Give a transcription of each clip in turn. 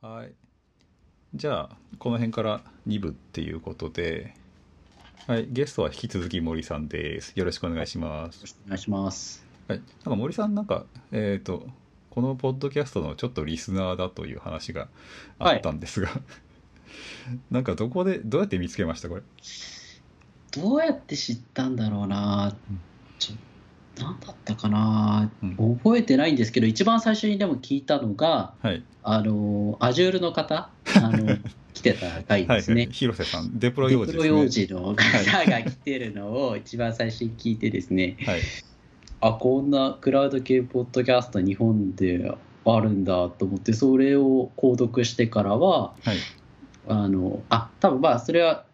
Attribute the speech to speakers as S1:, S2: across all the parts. S1: はい。じゃあ、この辺から2部っていうことで、はい、ゲストは引き続き森さんです。よろしくお願いします。
S2: お願いします。
S1: はい、なんか森さん、なんか、えっと、このポッドキャストのちょっとリスナーだという話があったんですが、 なんかどこで、どうやって見つけました、これ。
S2: どうやって知ったんだろうな
S1: うん。
S2: ちょなんだったかな
S1: うん。
S2: 覚えてないんですけど、一番最初にでも聞いたのが、
S1: はい、
S2: あの、アジュールの方、あ の、来てた回
S1: は
S2: で
S1: い、
S2: すね。
S1: 広瀬さん、デプロ
S2: デ
S1: 用
S2: プ
S1: 事
S2: ロ
S1: で
S2: 用
S1: すね。
S2: 事の方が来てるのを一番最初に聞いてですね、
S1: はい、
S2: あ、こんなクラウド系ポッドキャスト日本であるんだと思って、それを購読してからは、
S1: はい、
S2: あのあ多分まあそれは、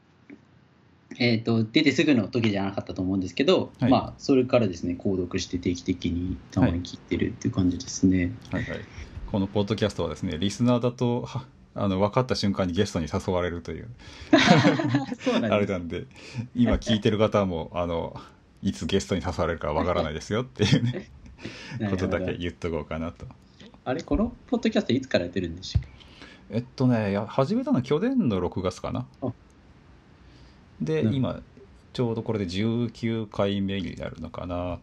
S2: えー、と出てすぐの時じゃなかったと思うんですけど、
S1: はい
S2: まあそれからですね購読して定期的にたまに聞いてるっていう感じですね。
S1: はいはい。このポッドキャストはですね、リスナーだと、はあの分かった瞬間にゲストに誘われるという。
S2: そうなん
S1: あれ
S2: です
S1: なんで今聞いてる方 もあのいつゲストに誘われるかわからないですよっていうね
S2: な
S1: こ
S2: る
S1: と
S2: ほ
S1: だ
S2: ど
S1: け言っとこうかなと。
S2: あれこのポッドキャストいつからやってるんでしたっけ
S1: えっとねいや始めたの去年の6月かな
S2: あ。
S1: で
S2: うん
S1: 今ちょうどこれで19回目になるのかな。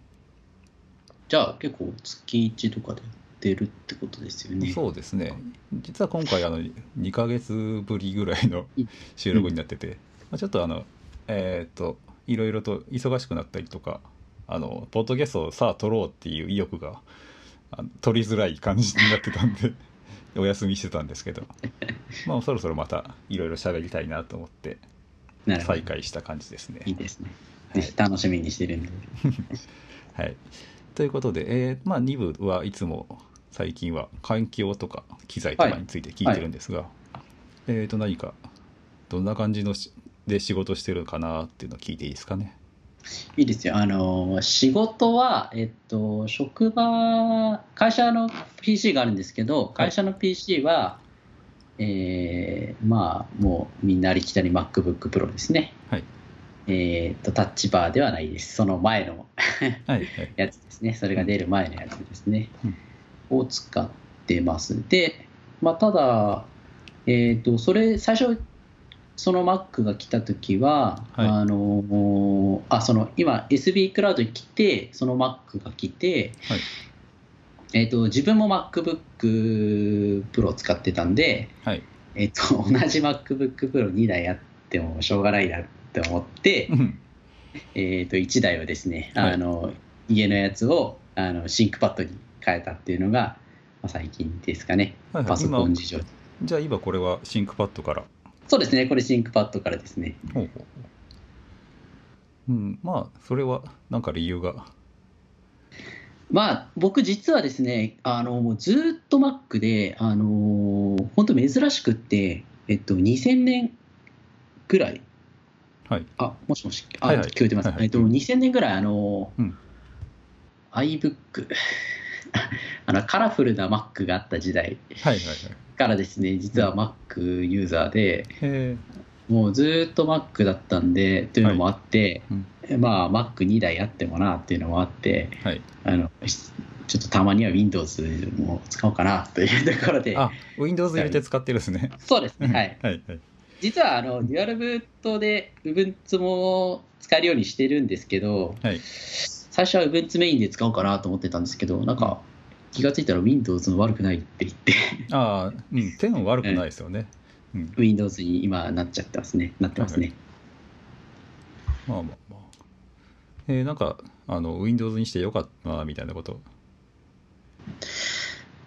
S2: じゃあ結構月1とかでやってるってことですよね。
S1: そうですね実は今回あの2ヶ月ぶりぐらいの収録になってて、まあ、ちょっとあのえーっといろいろと忙しくなったりとかあのポッドキャストをさあ撮ろうっていう意欲があの取りづらい感じになってたんで お休みしてたんです けどまあそろそろまたいろいろ喋りたいなと思って
S2: なるほど
S1: 再開した感じですね
S2: い。いですね。
S1: は
S2: ぜ
S1: い
S2: ひ楽しみにしてるんで。
S1: はい、ということで、えーまあ、2部はいつも最近は環境とか機材とかについて聞いてるんですが、えー、と何かどんな感じのしで仕事してるかなっていうのを聞いていいですかね。
S2: いいですよ。あの、仕事は、えっと、職場、会社の PC があるんですけど、会社の PC は、えーまあ、もうみんなありきたり MacBook Pro ですね。
S1: はい
S2: えっと、タッチバーではないです。その前の
S1: はいはい
S2: やつですね。それが出る前のやつですね。
S1: うん
S2: を使ってます。で、まあ、ただ、えっと、それ、最初、その Mac が来た時は、
S1: はい
S2: あのあその今 SB クラウドに来てその Mac が来て、
S1: はい
S2: えっと自分も MacBookPro 使ってたんで、
S1: はい
S2: えっと同じ MacBookPro2 台あってもしょうがないなって思って
S1: う、ん
S2: えっと1台はですね、
S1: はい
S2: あの家のやつをあのシンクパッドに変えたっていうのが、まあ、最近ですかね
S1: はいは
S2: パ
S1: い、
S2: ソ
S1: 今
S2: コン事情
S1: じゃあ今これはシンクパッドから
S2: そうですねこれシンクパッドからですね
S1: ほうほうほううん、まあそれはなんか理由が
S2: まあ、僕実はですね、あの、もうずーっと Mac で、あのー本当珍しくって、えっと、2000年ぐらい、
S1: はい
S2: あ、もしもし、あ、
S1: はいはい
S2: 聞こえてます。
S1: はいはい
S2: えっと、2000年ぐらい、あのー
S1: うん
S2: iBook あの、カラフルな Mac があった時代
S1: はいはいはい
S2: からですね、実は Mac ユーザーで、
S1: え
S2: もうずーっと Mac だったんで、というのもあって、
S1: はい
S2: まあ、Mac2 台あってもなっていうのもあって、
S1: ー、はい
S2: あのしちょっとたまには Windows も使おうかなというところで、
S1: あ Windows 入れて使ってるですね
S2: そうですね、はい、
S1: はいはい
S2: 実はあのデュアルブートで Ubuntu も使えるようにしてるんですけど、
S1: はい
S2: 最初は Ubuntu メインで使おうかなと思ってたんですけど、なんか気がついたら Windows も悪くないって言って、
S1: ああうん点は悪くないですよね、うん、
S2: Windows に今なっちゃってますね、なってますね。
S1: まあまあまあ。えーなんか、あの、Windows にしてよかったな、みたいなこと。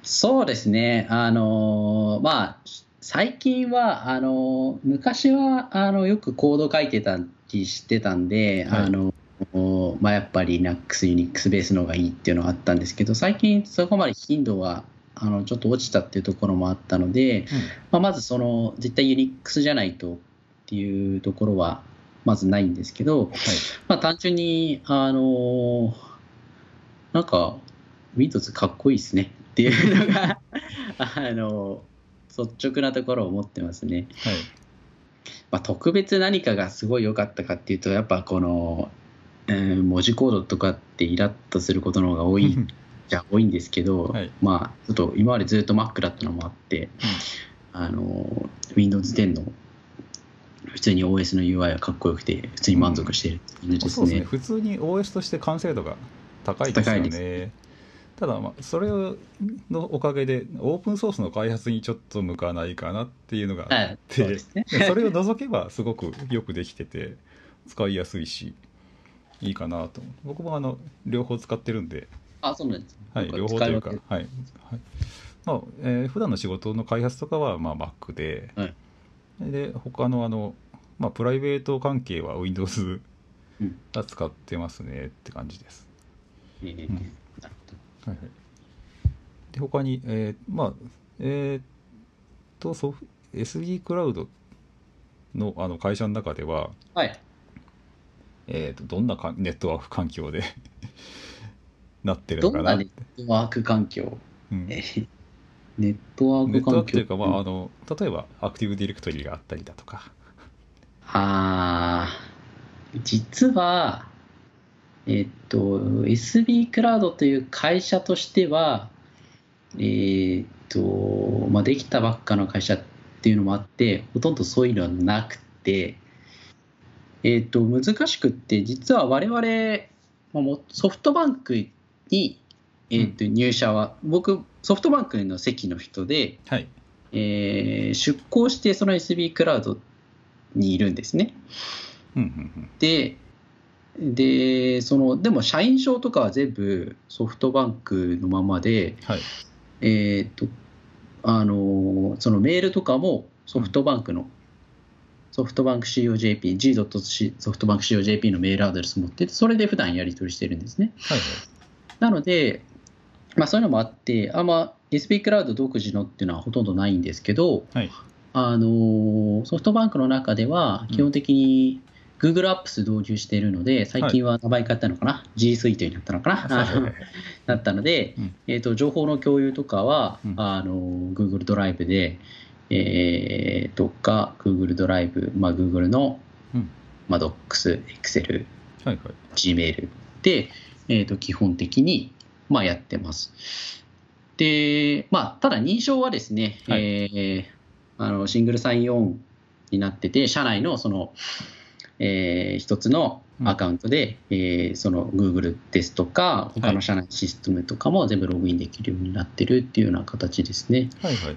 S2: そうですね、あのーまあ、最近は、あのー昔はあのよくコード書いてたりしてたんで、
S1: はい
S2: あのーまあ、やっぱり Linux、Unix ベースの方がいいっていうのがあったんですけど、最近、そこまで頻度はあのちょっと落ちたっていうところもあったので、まあ、まずその絶対 Unix じゃないとっていうところはまずないんですけ
S1: は
S2: ど、
S1: い。
S2: まあ、単純に、あのーなんか、Windows かっこいいですねっていうのが、 あのー率直なところを思ってますね。
S1: はい。
S2: まあ、特別何かがすごい良かったかっていうと、やっぱこの、うん文字コードとかってイラッとすることの方が多いじゃ多いんですけど、
S1: はい
S2: まあ、ちょっと今までずっと Mac だったのもあって、あの Windows 10の普通に OS の UI はかっこよくて普通に満足している感じです
S1: そうですね
S2: ね。
S1: 普通に OS として完成度が高いですよ
S2: 高い
S1: ね
S2: です
S1: ただまあそれのおかげでオープンソースの開発にちょっと向かないかなっていうのが
S2: はい、そうですね。
S1: それを除けばすごくよくできてて使いやすいしいいかなと僕もあの両方使ってるんで、
S2: あ、そうなんです。
S1: はい、
S2: なん
S1: 両
S2: 使
S1: 方という
S2: 分
S1: か
S2: けて
S1: はい、はいまあえー普段の仕事の開発とかはまあ Mac で、
S2: はい
S1: で他のあの、まあ、プライベート関係は Windows
S2: うん
S1: が使ってますねって感じです。
S2: ええ
S1: うん
S2: なるほど
S1: はいはい、で他に、えーまあえーっとソフ SD クラウドのあの会社の中では、
S2: はい。
S1: えー、とどんなかネットワーク環境で なってる
S2: ど
S1: のか
S2: ん
S1: な
S2: なネットワーク環境
S1: うん
S2: えへネットワー
S1: ネ
S2: ク
S1: ットワー
S2: 環
S1: クとい
S2: 境
S1: うか、まあ、あの例えばアクティブディレクトリがあったりだとか、
S2: あー実は、えっと、SB クラウドという会社としては、えっと、まあ、できたばっかの会社っていうのもあって、ほとんどそういうのはなくて、えっと、難しくって、実は我々、まあもうソフトバンクに、えっと、入社は、僕、ソフトバンクの席の人で、
S1: はい
S2: えー出向してその SB クラウドにいるんですね。
S1: うんうん
S2: で、で、その、でも社員証とかは全部ソフトバンクのまま
S1: う
S2: で、
S1: んはい
S2: えーっと、あの、そのメールとかもソフトバンクの、ソフトバンク COJP、G. ソフトバンク COJP のメールアドレス持ってて、それで普段やり取りしてるんですね。
S1: はいはい
S2: なので、まあ、そういうのもあって、あんま SB クラウド独自のっていうのはほとんどないんですけど、
S1: はい
S2: あのーソフトバンクの中では
S1: うん
S2: 基本的に Google Apps 導入しているので、最近は名前変わったのかな、G Suite になったのか
S1: はいはいは
S2: な
S1: い
S2: なったので、
S1: うん
S2: えー、と情報の共有とかは、
S1: うん
S2: あのー Google ドライブで、えーとか Google ドライブ、まあ、Google の、
S1: うん
S2: まあ、Docs、Excel、
S1: はいはい
S2: Gmail で、えー、と基本的に、まあ、やってます。で、まあ、ただ認証はですね、
S1: はい
S2: えーあのシングルサインオンになってて、社内のその、えー一つのアカウントで、えーその Google ですとか、他の社内システムとかも全部ログインできるようになってるっていうような形ですね。
S1: はいはいはいはい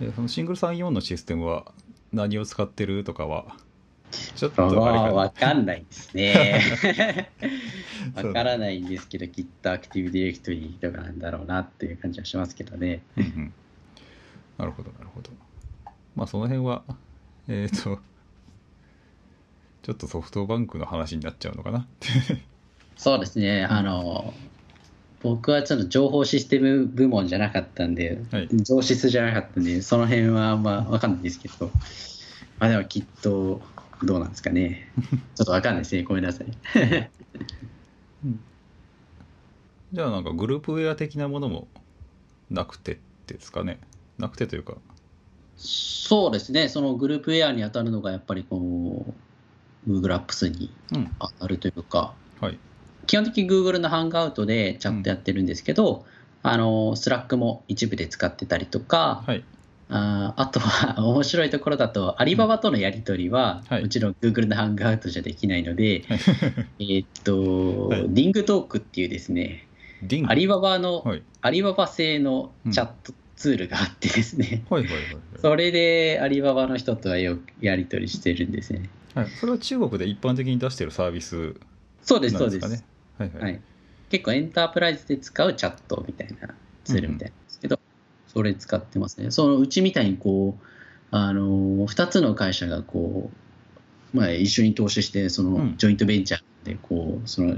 S1: えそのシングル34のシステムは何を使ってるとかはちょっと
S2: あ
S1: あれ
S2: あ、
S1: かな
S2: わかんないで すね。わからないんですけど、きっとアクティブディレクトリーとかなんだろうなっていう感じはしますけどね。
S1: うんうんなるほどなるほどまあその辺はえっ、とちょっとソフトバンクの話になっちゃうのかな
S2: そうですね、あの、僕はちょっと情報システム部門じゃなかったんで、
S1: はい
S2: 上質じゃなかったんで、その辺はあんまわかんないですけど、まあでもきっと、どうなんですかね。 ちょっとわかんないですね、ごめんなさい。
S1: じゃあなんかグループウェア的なものもなくてですかねなくてというか
S2: そうですね、そのグループウェアに当たるのが、やっぱりこう、Google Apps に
S1: うん
S2: 当たるというか、
S1: はい
S2: 基本的に Google のハングアウトでチャットやってるんですけど、あの、Slack も一部で使ってたりとか、
S1: はい
S2: あーあとは 面白いところだと、アリババとのやり取りは、
S1: はい
S2: もちろん Google のハングアウトじゃできないので、 えーっと、
S1: はい
S2: リングトークっていうですね、
S1: ディン
S2: アリババの、
S1: はい
S2: アリババ製のチャットツールがあってですね、
S1: はいはいはいは
S2: それでアリババの人とはよくやり取りしてるんですね。
S1: い、はい、それは中国で一般的に出してるサービス
S2: そうです、
S1: な
S2: そ
S1: ん
S2: う
S1: です
S2: で
S1: か
S2: す。
S1: ねはいはい、
S2: はい、結構エンタープライズで使うチャットみたいなツールみたいなんですけど、それ使ってますね。そのうちみたいにこう、あの2つの会社がこう、まあ、一緒に投資して、そうの
S1: ん
S2: ジョイントベンチャーでこう、その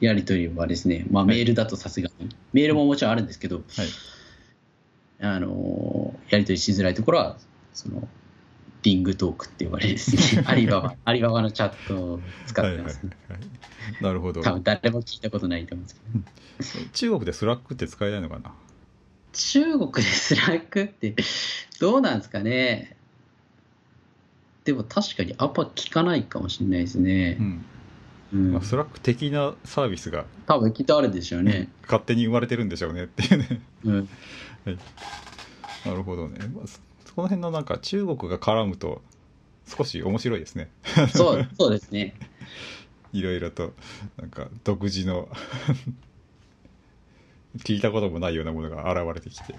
S2: やり取りはですね、まあ、
S1: は
S2: メ
S1: い
S2: ールだとさすがに、メールももちろんあるんですけど、
S1: はい
S2: あのやり取りしづらいところは、その、リングトークって呼ばれる ですね、アリババ、アリババのチャットを使ってます、ね
S1: はいはいはい、なるほど
S2: 多分誰も聞いたことないと思うんですけど。
S1: 中国でスラックって使えないのかな
S2: 中国でスラックってどうなんですかねでも確かにあんま聞かないかもしれないですね
S1: う。ん、
S2: うん
S1: まあ、スラック的なサービスが
S2: 多分きっとあるでしょうね。
S1: 勝手に生まれてるんでしょうねっていうね
S2: うん
S1: はい なるほどね、まあ、そそこの辺のなんか中国が絡むと少し面白いですね
S2: そうそうですね。
S1: いろいろとなんか独自の 聞いたこともないようなものが現れてきて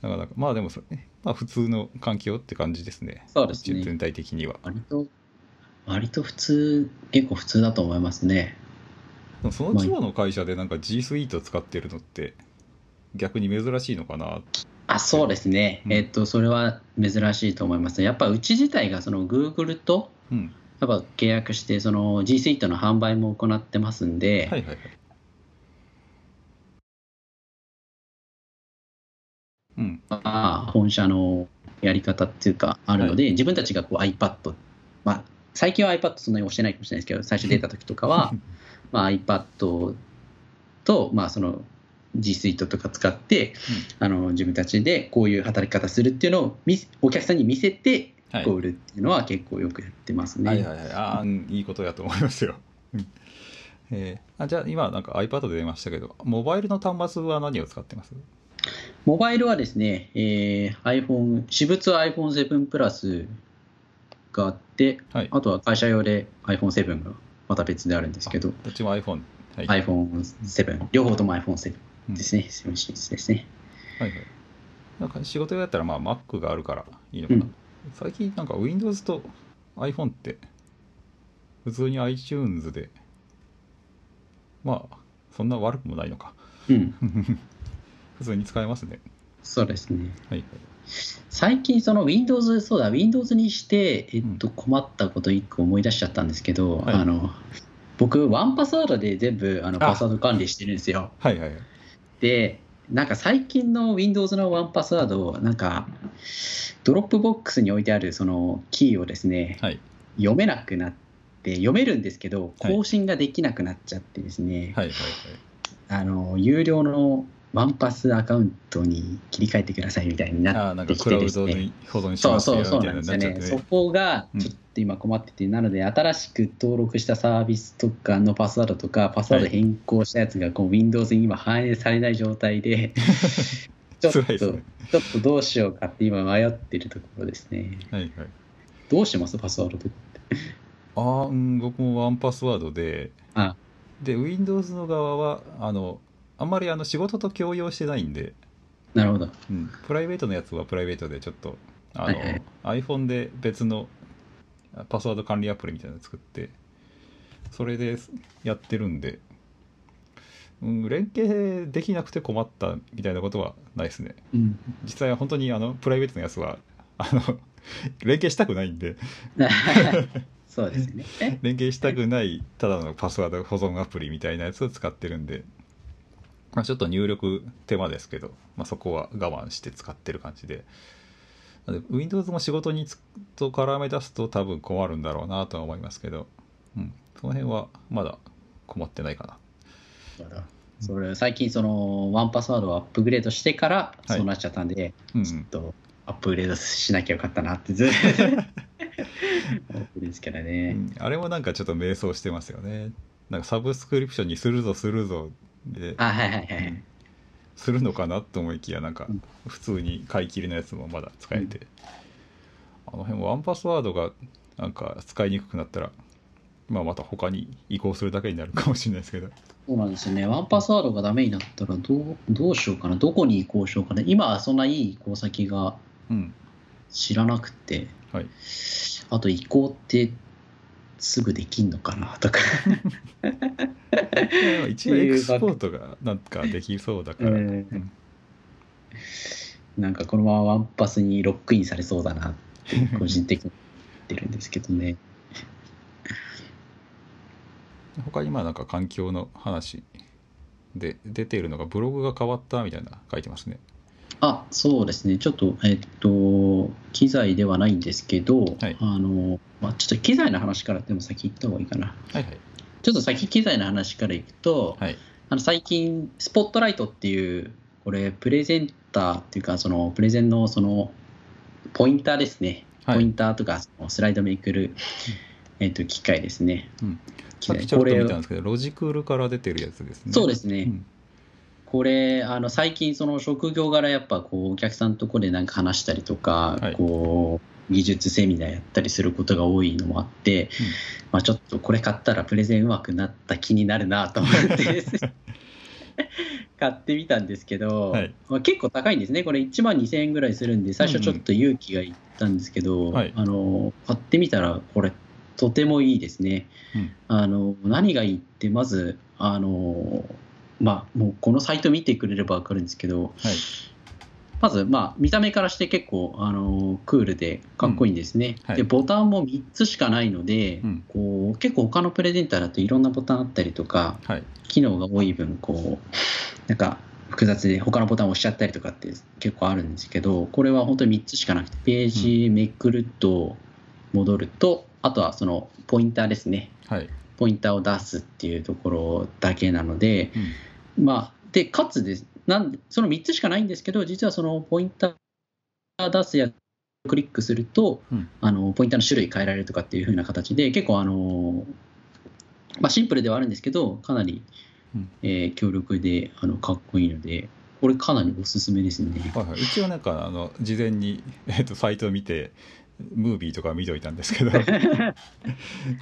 S1: なかなかまあでもそ、ねまあ、普通の環境って感じですね
S2: そうですね
S1: 全体的には
S2: 割と、割と普通、結構普通だと思いますね。
S1: でもその規模の会社でなんか G スイート使ってるのって逆に珍しいのかな
S2: あそうですね、
S1: うん
S2: えっと、それは珍しいと思いますね。やっぱうち自体がその Google と
S1: うん
S2: やっぱ契約して、その G Suite の販売も行ってますんで、
S1: はいはいはいうん
S2: まあ、本社のやり方っていうか、あるので、自分たちがこう iPad、まあ、最近は iPad そんなに押してないかもしれないですけど、最初出た時とかは、 まあ、iPad と、まあ、その G Suite とか使って、あの自分たちでこういう働き方するっていうのを見せお客さんに見せて
S1: はい
S2: こう売るっていうのは結構よくやってますね。
S1: はいはいはい、ああ、うんいいことやと思いますよ。うんえーあじゃあ今なんか iPad で出ましたけどモバイルの端末は何を使ってます
S2: モバイルはですね、えー iPhone 私物は iPhone7 プラスがあって、
S1: はい
S2: あとは会社用で iPhone7 がまた別であるんですけど、
S1: どっちも iPhone、はいはい
S2: iPhone7 両方とも iPhone7 ですね、セブンシリーズですね。
S1: はいなんか仕事用だったらまあ Mac があるからいいのかな、
S2: うん
S1: 最近なんか Windows と iPhone って普通に iTunes でまあそんな悪くもないのか
S2: うん、
S1: 普通に使えますね
S2: そうですね。
S1: はい
S2: 最近その Windows そうだ Windows にして、えっと、困ったこと一個思い出しちゃったんですけど、
S1: はい
S2: あの僕ワンパスワードで全部あの
S1: あ
S2: パスワード管理してるんですよ
S1: はいはいはい
S2: でなんか最近の Windows のワンパスワードなんかドロップボックスに置いてあるそのキーをですね、
S1: はい
S2: 読めなくなって読めるんですけど
S1: はい
S2: 更新ができなくなっちゃってですね、
S1: はいはいはい
S2: あの有料のワンパスアカウントに切り替えてくださいみたいに
S1: あ
S2: な
S1: あな
S2: っ
S1: んか
S2: てき
S1: ク
S2: て
S1: ラウ
S2: です
S1: ド
S2: ね
S1: に保存し
S2: そ
S1: ま
S2: う
S1: すよ
S2: そ
S1: みた
S2: うそうないん
S1: な
S2: です
S1: な
S2: よ
S1: っちゃっ
S2: ね。
S1: て
S2: そ
S1: ね
S2: こが
S1: うん
S2: ちょっと今困ってて、なので新しく登録したサービスとかのパスワードとか、パスワード変更したやつがこう Windows に今反映されない状態で、 ちょっと、
S1: 辛いですね
S2: ちょっとどうしようかって今迷ってるところですね。
S1: はいはい
S2: どうしてますパスワードとか。
S1: あーうん、僕もワンパスワードで
S2: あ
S1: で Windows の側はあのあんまりあの仕事と共用してないんで、
S2: なるほど。
S1: うん、プライベートのやつはプライベートでちょっとあの、
S2: はい
S1: iPhone で別のパスワード管理アプリみたいなの作ってそれでやってるんで、うん、連携できなくて困ったみたいなことはないですね
S2: うん。
S1: 実際は本当にあのプライベートのやつはあの 連携したくないんで
S2: そうですね。
S1: 連携したくないただのパスワード保存アプリみたいなやつを使ってるんで、まあ、ちょっと入力手間ですけど、まあ、そこは我慢して使ってる感じでなので Windows も仕事につと絡め出すと多分困るんだろうなとは思いますけど、うん、その辺はまだ困ってないかな
S2: それ最近そのワンパスワードをアップグレードしてから
S1: はい
S2: そうなっちゃったんで、
S1: うんうん
S2: ちょっとアップグレードしなきゃよかったなってずっと 思ってるんですけど
S1: う
S2: ね。
S1: んあれもなんかちょっと迷走してますよねなんかサブスクリプションにするぞするぞで
S2: あはいはいはい。
S1: するのかなと思いきやなんか
S2: うん
S1: 普通に買い切りのやつもまだ使えて、あの辺ワンパスワードがなんか使いにくくなったら、まあ、また他に移行するだけになるかもしれないですけど
S2: そうなんですよね。ワンパスワードがダメになったらどうどうしようかな。どこに移行しようかな。今はそんないい移行先が
S1: うん
S2: 知らなくて、
S1: はい
S2: あと移行ってすぐできんのかなとか。
S1: 一応エクスポートがなんかできそうだから、ん
S2: なんかこのままワンパスにロックインされそうだなって個人的に言ってるんですけどね。
S1: 他にまあなんか環境の話で出ているのがブログが変わったみたいな書いてますね
S2: あそうですね、ちょっと、えっと、機材ではないんですけど、
S1: はい
S2: あのまあ、ちょっと機材の話からでも先行った方がいいかな。
S1: はいはい
S2: ちょっと先機材の話からいくと、
S1: はい
S2: あの最近、スポットライトっていう、これ、プレゼンターっていうか、そのプレゼンのそのポインターですね、
S1: はい
S2: ポインターとかそのスライドめくる、えっと、機械ですね。
S1: うん
S2: 機
S1: さっ
S2: 械
S1: きちょっ
S2: こと
S1: 見
S2: れ
S1: たんですけどロジクールから出てるやつですね
S2: そうですね、
S1: うん
S2: これあの最近その職業柄やっぱこうお客さんのとこでなんか話したりとか、
S1: はい
S2: こう技術セミナーやったりすることが多いのもあって、まあ、ちょっとこれ買ったらプレゼン上手くなった気になるなと思って 買ってみたんですけど、
S1: はい
S2: まあ、結構高いんですねこれ1万2000円ぐらいするんで最初ちょっと勇気がいったんですけど、
S1: はい
S2: あの買ってみたらこれとてもいいですね。
S1: うん
S2: あの何がいいってまずあのまあもうこのサイト見てくれれば分かるんですけど、
S1: はい
S2: まずまあ見た目からして結構あのクールでかっこいいんですね、
S1: うんはい
S2: でボタンも3つしかないので、
S1: うん
S2: こう結構他のプレゼンターだといろんなボタンあったりとか
S1: はい
S2: 機能が多い分こうなんか複雑で他のボタンを押しちゃったりとかって結構あるんですけどこれは本当に3つしかなくてページめくると戻ると、あとはそのポインターですね
S1: はい、
S2: ポインターを出すっていうところだけなので、
S1: うん
S2: まあ、でかつですなんその3つしかないんですけど実はそのポインター出すやつをクリックすると、
S1: うん
S2: あのポインターの種類変えられるとかっていう風な形で結構あの、まあ、シンプルではあるんですけどかなり、
S1: うん
S2: えー強力であのかっこいいのでこれかなりおすすめですね。
S1: はいはい、一応なんかあの事前に、えっとサイトを見てムービーとか見といたんです けど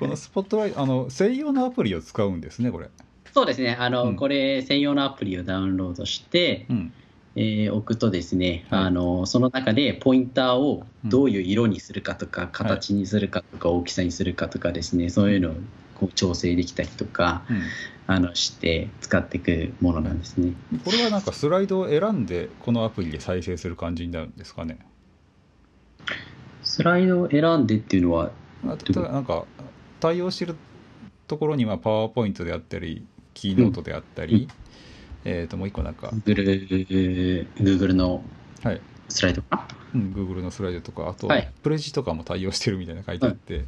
S1: このスポットライトあの専用のアプリを使うんですねこれ。
S2: そうですねあの、
S1: うん
S2: これ専用のアプリをダウンロードして、
S1: うん
S2: えー置くとですね、
S1: はい
S2: あのその中でポインターをどういう色にするかとか、形にするかとか大きさにするかとかですね、そういうのをこう調整できたりとか
S1: う
S2: あのして使っていくものなんですね。
S1: ん、これはなんかスライドを選んでこのアプリで再生する感じになるんですかね。
S2: スライドを選んでっていうのは、
S1: あただなんか対応してるところにはパワーポイントであったりキーノートであったり、
S2: うん
S1: えっ、ともう一個なんか、
S2: Google, Google の
S1: はい
S2: スライドか
S1: うん、Google のスライドとかあと、
S2: はい
S1: プレジとかも対応してるみたいな書いてあって、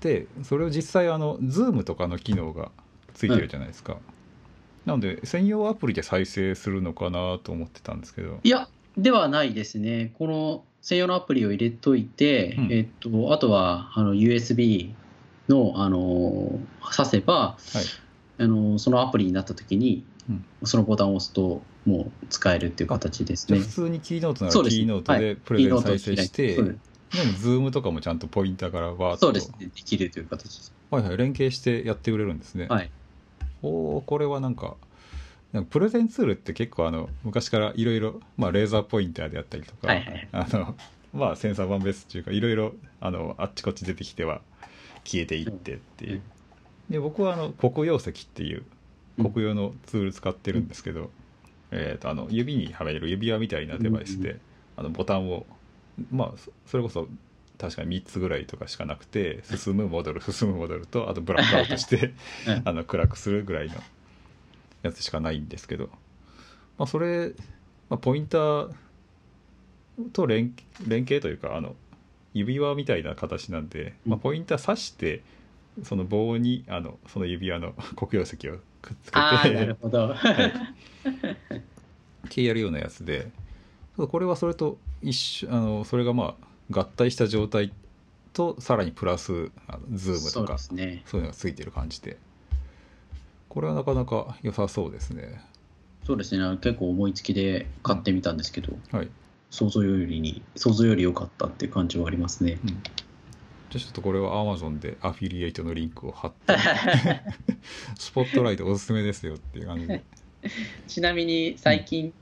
S1: でそれを実際あの Zoom とかの機能がついてるじゃないですか、なので専用アプリで再生するのかなと思ってたんですけど
S2: いや、ではないですね。この専用のアプリを入れといて、
S1: うん
S2: えっと、あとは、あの、USB の、あの、挿せば、あの、そのアプリになった時に、
S1: うん
S2: そのボタンを押すと、もう使えるっていう形です
S1: じゃ
S2: ね
S1: あ普。通にキーノートなら
S2: そうです
S1: キーノート
S2: は
S1: でプレゼン再生して、
S2: そう
S1: で
S2: で
S1: も Zoom とかもちゃんとポインターからわーっと
S2: すそうですね。できるという形です。
S1: はいはい、連携してやってくれるんですね。
S2: はい
S1: おおこれはなんかなんかプレゼンツールって結構あの昔からいろいろまあレーザーポインターであったりとか、
S2: はいはい。
S1: あのまあセンサー版ベースっていうかいろいろあのあっちこっち出てきては消えていってっていううんで僕はあの黒曜石っていう黒曜のツール使ってるんですけど、えー、とあの指にはめる指輪みたいなデバイスで、
S2: う
S1: あのボタンをまあそそれこそ確かに3つぐらいとかしかなくて進む戻る進む戻るとあとブラックアウトして
S2: うん
S1: あの暗くするぐらいのやつしかないんですけど、まあ、それ、まあ、ポインターと連連携というかあの指輪みたいな形なんで、まあ、ポインター刺してその棒にあのその指輪の 黒曜石をくっつけ
S2: ああ、な
S1: て
S2: るほど。
S1: 消えるようなやつでそうこれはそれと一緒あのそれがまあ合体した状態とさらにプラスあのズーム
S2: そ
S1: と
S2: う
S1: か
S2: ですね。
S1: そういうのがついてる感じでこれはなかなか良さそうですね
S2: そうですね。あの結構思いつきで買ってみたんですけど、
S1: はい
S2: 想像よりに、想像より良かったっていう感じはありま すね。
S1: じゃあちょっとこれは Amazon でアフィリエイトのリンクを貼って スポットライトおすすめですよっていう感じ で
S2: ちなみに最近、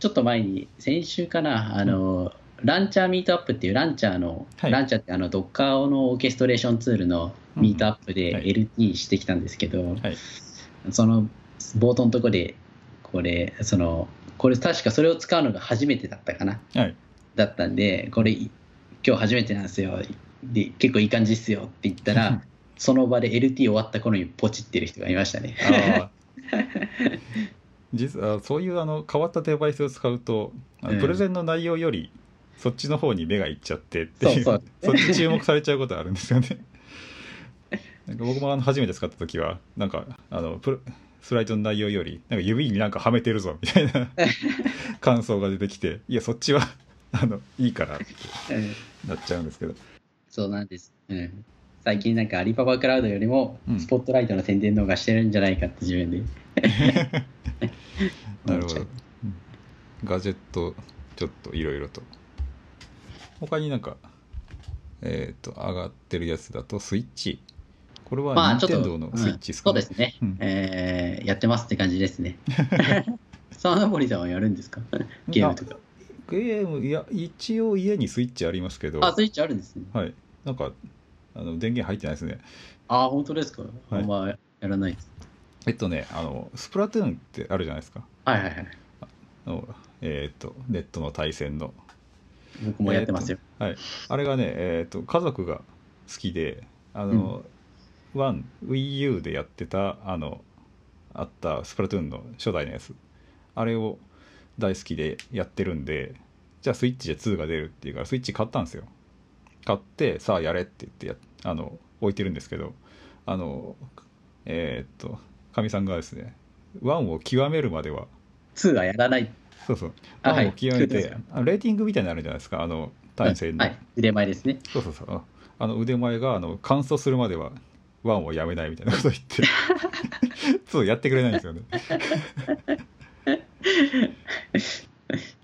S2: ちょっと前に先週かなあの、ランチャーミートアップっていうランチャーの、
S1: はい
S2: ランチャーってあのドッカーのオーケストレーションツールのミートアップ
S1: うんは
S2: で
S1: い
S2: LT してきたんですけ
S1: は
S2: ど、
S1: い
S2: その冒頭のところでこれそのこれ確かそれを使うのが初めてだったかな
S1: はい
S2: だったんでこれい今日初めてなんですよで結構いい感じっすよって言っ たらその場で LT 終わった頃にポチってる人がいましたね。
S1: あー実はそういうあの変わったデバイスを使うとあの
S2: うん
S1: プレゼンの内容よりそっちの方に目がいっちゃってっていう
S2: そう
S1: そっち注目されちゃうことあるんですよね。 なんか僕もあの初めて使った時はなんかあのプロスライドの内容よりなんか指になんかはめてるぞみたい な感想が出てきていやそっちはあのいいからって
S2: うん
S1: なっちゃうんですけど
S2: そうなんです。うん、最近なんかアリババクラウドよりも
S1: うん
S2: スポットライトの宣伝の方がしてるんじゃないかって自分で
S1: なるほど、うんガジェットちょっといろいろと他になんかえっ、と上がってるやつだとスイッチこれ
S2: ま
S1: は
S2: あちょ
S1: 任
S2: っと
S1: 天堂のスイッチです
S2: そ
S1: か
S2: う
S1: ね、
S2: ですね、
S1: うん
S2: えーやってますって感じです ね。沢登りさんはやるんですかゲームとか。
S1: あゲームいや一応家にスイッチありますけど
S2: あ、スイッチあるんですね。
S1: はいなんかあの電源入ってないですね
S2: あ、本当ですか、
S1: はい
S2: あんまやらないです。
S1: えっとねあのスプラトゥーンってあるじゃないですか
S2: はいはいはい。
S1: あのえっ、とネットの対戦の
S2: 僕もやってますよ。
S1: はい、あれがね、えー、と家族が好きであの、ワン WiiU でやってたあのあったスプラトゥーンの初代のやつあれを大好きでやってるんでじゃあスイッチで2が出るっていうからスイッチ買ったんですよ買ってさあやれって言ってやあの置いてるんですけどあのえーっとかみさんがですね1を極めるまでは
S2: 2はやらない。
S1: そうそう
S2: あは
S1: 1
S2: い
S1: を極め
S2: 聞い
S1: て
S2: てま、
S1: あのレーティングみたいになのあるじゃないですかあの対戦の、
S2: はい。腕前ですね。
S1: そうそうそうあの腕前があの乾燥するまではワンをやめないみたいなことを言って そうやってくれないん ですよね。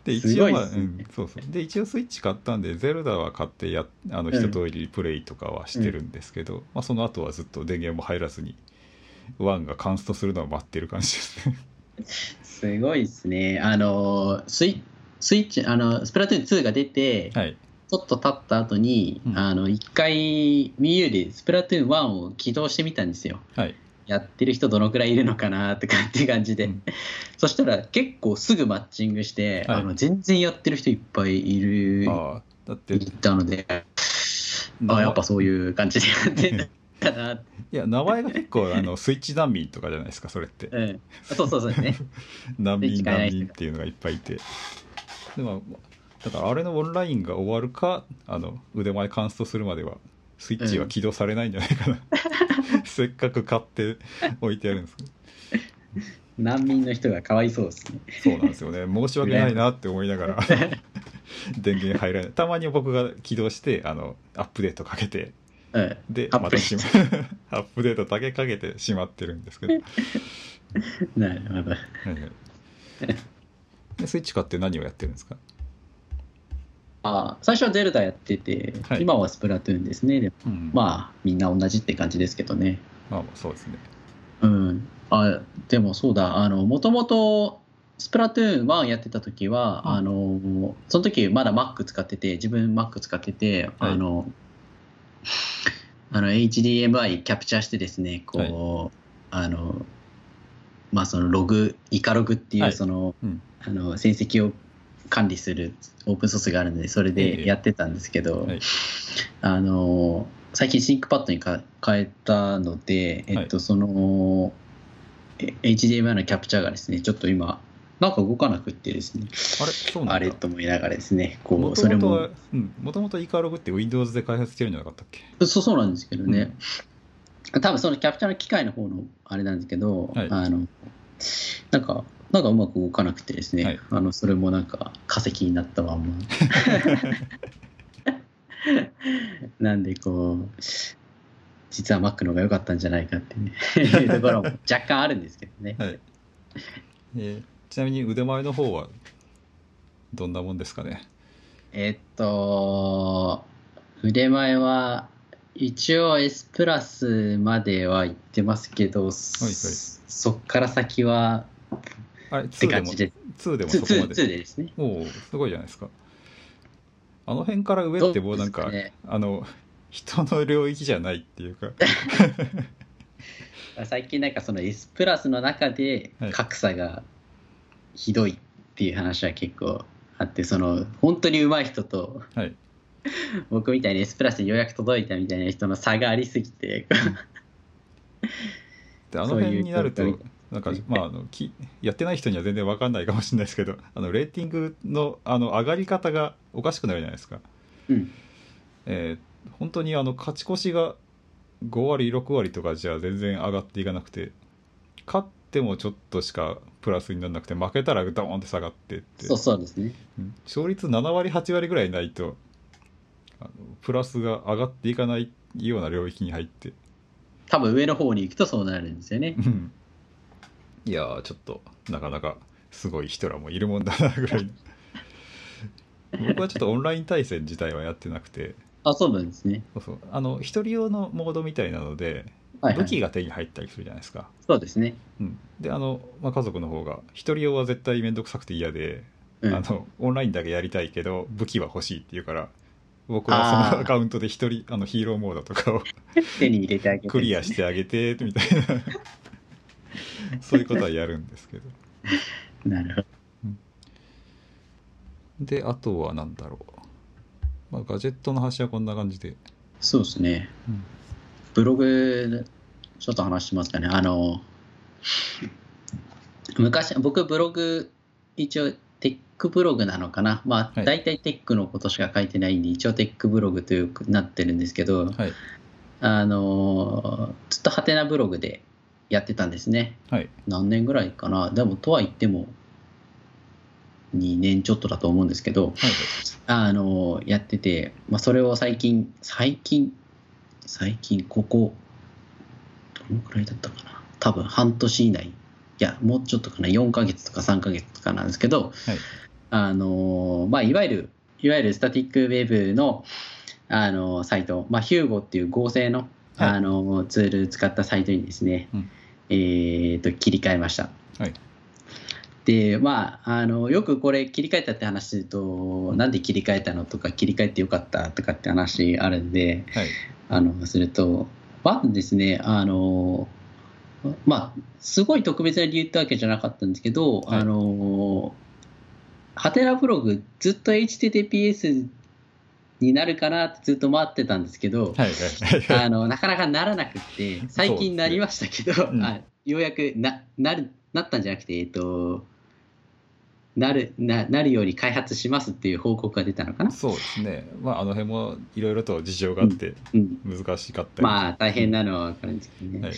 S1: で一応、まあ
S2: すごいっすね
S1: うんそうそうで一応スイッチ買ったんでゼルダは買ってやあの
S2: うん
S1: 一通りプレイとかはしてるんですけど、まあ、その後はずっと電源も入らずにワンが乾燥するのを待ってる感じです ね。
S2: すごいですね。あの、スイスイッチ、あの、スプラトゥーン2が出て、
S1: はい、
S2: ちょっと経った後に、
S1: うん
S2: あの、一回 WiiU でスプラトゥーン1を起動してみたんですよ。
S1: はい
S2: やってる人どのくらいいるのかなって感じ感じで、
S1: うん
S2: そしたら結構すぐマッチングして、
S1: はい
S2: あの全然やってる人いっぱいいる
S1: ああだって
S2: いたので
S1: 名
S2: あ
S1: 前
S2: やっぱそういう感じでやってた なって、
S1: いや名前が結構あのスイッチ難民とかじゃないですかそれって。
S2: うん、そうそうそうですね
S1: 難
S2: で
S1: 民
S2: 近い
S1: 難民っていうのがいっぱいいてでもだからあれのオンラインが終わるかあの腕前カンストするまではスイッチは起動されないんじゃないかな、 せっかく買って置いてあるんですけど
S2: 難民の人がかわいそうですね
S1: そうなんですよね申し訳ないなって思いな がら電源入らないたまに僕が起動してあのアップデートかけて
S2: うん
S1: で
S2: アッ
S1: また
S2: プデ
S1: し
S2: ー
S1: ま アップデートだけかけてしまってるんです けど、はい
S2: なるほど
S1: はいでスイッチ買って何をやってるんですか
S2: あ最初はゼルダやってて、
S1: はい
S2: 今はスプラトゥーンですねでも
S1: うんあ
S2: まあみんな同じって感じですけどね
S1: まあそうですね
S2: うん、あでもそうだあのもともとスプラトゥーン1やってた時は、
S1: うん
S2: あのその時まだ Mac 使ってて自分 Mac 使ってて、
S1: はい
S2: あのあの HDMI キャプチャーしてですねこう、あのまあそのログイカログってい
S1: は
S2: う
S1: い
S2: その、
S1: うん
S2: あの戦績を管理するオープンソースがあるのでそれ
S1: ええ
S2: でやってたんですけど、
S1: はい
S2: あの最近 ThinkPad にか変えたので、えっとそのえ HDMI のキャプチャーがですねちょっと今なんか動かなくってですね
S1: あれそうな
S2: あ
S1: んだ
S2: れと思いながらですねこ
S1: も
S2: う
S1: と
S2: それ
S1: もと
S2: も
S1: は、うん、もともとイカログって Windows で開発してるんじゃなかったっけ
S2: そうそうなんですけどね、多分そのキャプチャーの機械の方のあれなんですけど、
S1: はい
S2: あのなんかなんかうまく動かなくてですね、
S1: はい
S2: あのそれもなんか化石になったまん まなんでこう実は Mac の方が良かったんじゃないかってねい うところも若干あるんですけどね
S1: はい、えーちなみに腕前の方はどんなもんですかね
S2: えっと腕前は一応 S プラスまでは行ってますけど、そっから先は
S1: あれ
S2: って
S1: 2で
S2: 感
S1: も
S2: じで
S1: 2でもそこま
S2: 2
S1: で
S2: でですね
S1: おおすごいじゃないですかあの辺から上ってもうなんか
S2: どうです
S1: あの人の領域じゃないって いうか
S2: 最近なんかその S プラスの中で
S1: はい
S2: 格差がひどいっていう話は結構あってその本当に上手い人と
S1: はい
S2: 僕みたいに S プラスにようやく届いたみたいな人の差がありすぎて
S1: であの辺になると
S2: そういう
S1: なんかまああのきやってない人には全然わかんないかもしれないですけどあのレーティングのあの上がり方がおかしくなるじゃないですか
S2: うん
S1: えー本当にあの勝ち越しが5割6割とかじゃ全然上がっていかなくて勝ってもちょっとしかプラスにならなくて負けたらドーンって下がってって
S2: そうそうですね
S1: うん勝率7割8割ぐらいないとあのプラスが上がっていかないような領域に入って
S2: 多分上の方に行くとそうなるんですよね
S1: うんいやーちょっとなかなかすごい人らもいるもんだなぐらいの僕はちょっとオンライン対戦自体はやってなくて
S2: あ、そうなんですね。
S1: そうそうあの一人用のモードみたいなので
S2: はい、は
S1: 武
S2: い。
S1: 器が手に入ったりするじゃないですか、
S2: そうですね。
S1: うん、であの、まあ、家族の方が一人用は絶対面倒くさくて嫌で、
S2: うん
S1: あのオンラインだけやりたいけど武器は欲しいって言うから僕はそ
S2: あー
S1: のアカウントで一人あのヒーローモードと かを
S2: 手に入れてあげて。
S1: クリアしてあげてみたいな そういうことはやるんですけど
S2: なるほど。
S1: であとは何だろう、まあ、ガジェットの端はこんな感じで、
S2: そうですね。
S1: うん
S2: ブログ、ちょっと話しますかね。あの、昔、僕ブログ、一応テックブログなのかな。まあ、
S1: はい
S2: 大体テックのことしか書いてないんで、一応テックブログというなってるんですけど、
S1: はい
S2: あの、ずっとハテナブログでやってたんですね。
S1: はい
S2: 何年ぐらいかな。でも、とは言っても、2年ちょっとだと思うんですけど、
S1: はい
S2: あのやってて、まあ、それを最近最近最近ここどのくらいだったかな多分半年以内いやもうちょっとかな4ヶ月とか3ヶ月とかなんですけど、
S1: はい
S2: あのまあいわゆるいわゆるスタティックウェブのあのサイト、まあ、ヒューゴっていう合成の,、
S1: はい
S2: あのツール使ったサイトにですね、
S1: うん
S2: えーと切り替えました。
S1: はい
S2: でまあ、あのよくこれ切り替えたって話するとなんで切り替えたのとか切り替えてよかったとかって話あるんで
S1: はい
S2: あのするとまずですねあのまあすごい特別な理由ってわけじゃなかったんですけど、
S1: はい
S2: あのハテナブログずっと HTTPS になるかなってずっと待ってたんですけど、
S1: はいはいはい
S2: あのなかなかならなくって最近なりましたけど、
S1: そうですねうん
S2: あようやくななるなったんじゃなくて、えっと、なるななるように開発しますっていう報告が出たのかな、
S1: そうですねまああの辺もいろいろと事情があって
S2: うん、
S1: 難しかったり、
S2: まあ大変なのは分かるんですけどね、
S1: はい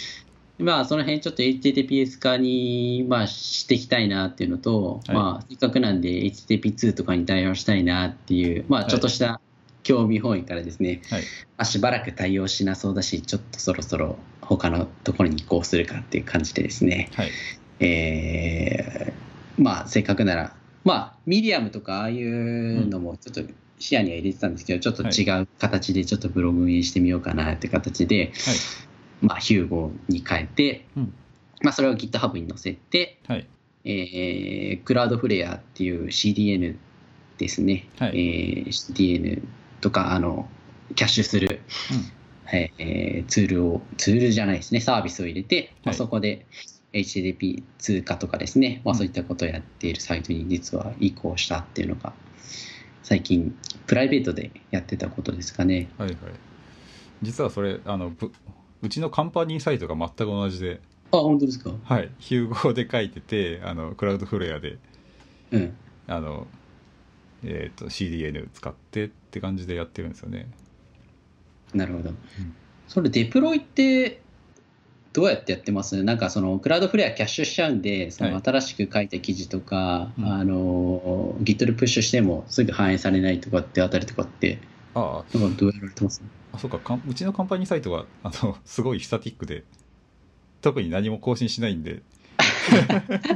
S2: まあその辺ちょっと HTTPS 化に、まあ、していきたいなっていうのと、
S1: はい
S2: まあせっかくなんで HTTP2 とかに対応したいなっていう、まあ、ちょっとした興味本位からですね、
S1: はい
S2: まあしばらく対応しなそうだしちょっとそろそろ他のところに移行するかっていう感じでですね、
S1: はい
S2: えーまあせっかくならまあミディアムとかああいうのもちょっと視野には入れてたんですけど、ちょっと違う形でちょっとブログにしてみようかなって形
S1: は
S2: で、
S1: い
S2: まあ、ヒューゴに変えて、
S1: うん
S2: まあ、それを GitHub に載せて、
S1: はい
S2: えークラウドフレアっていう CDN ですね、
S1: はい
S2: えー CDN とかあのキャッシュする、はいえーツールをツールじゃないですねサービスを入れて、
S1: は
S2: ま
S1: い
S2: あ、そこで HTTP 通貨とかですね、まあ、
S1: うん
S2: そういったことをやっているサイトに実は移行したっていうのが最近プライベートでやってたことですかね
S1: はいはい実はそれあのぶうちのカンパニーサイトが全く同じで、
S2: あ本当ですか
S1: はい、ヒューゴーで書いててあのクラウドフレアで
S2: うん
S1: あの、えー、と CDN 使ってって感じでやってるんですよね
S2: なるほど。それデプロイってどうやってやってますなんかそのクラウドフレアキャッシュしちゃうんで、そ
S1: は
S2: の
S1: い
S2: 新しく書いた記事とか、
S1: うん
S2: あの Git でプッシュしてもすぐ反映されないとかってあたりとかって、
S1: ああ
S2: なんかどうやられてます
S1: あそうかかんうちのカンパニーサイトはあの すごいスタティックで特に何も更新しないんで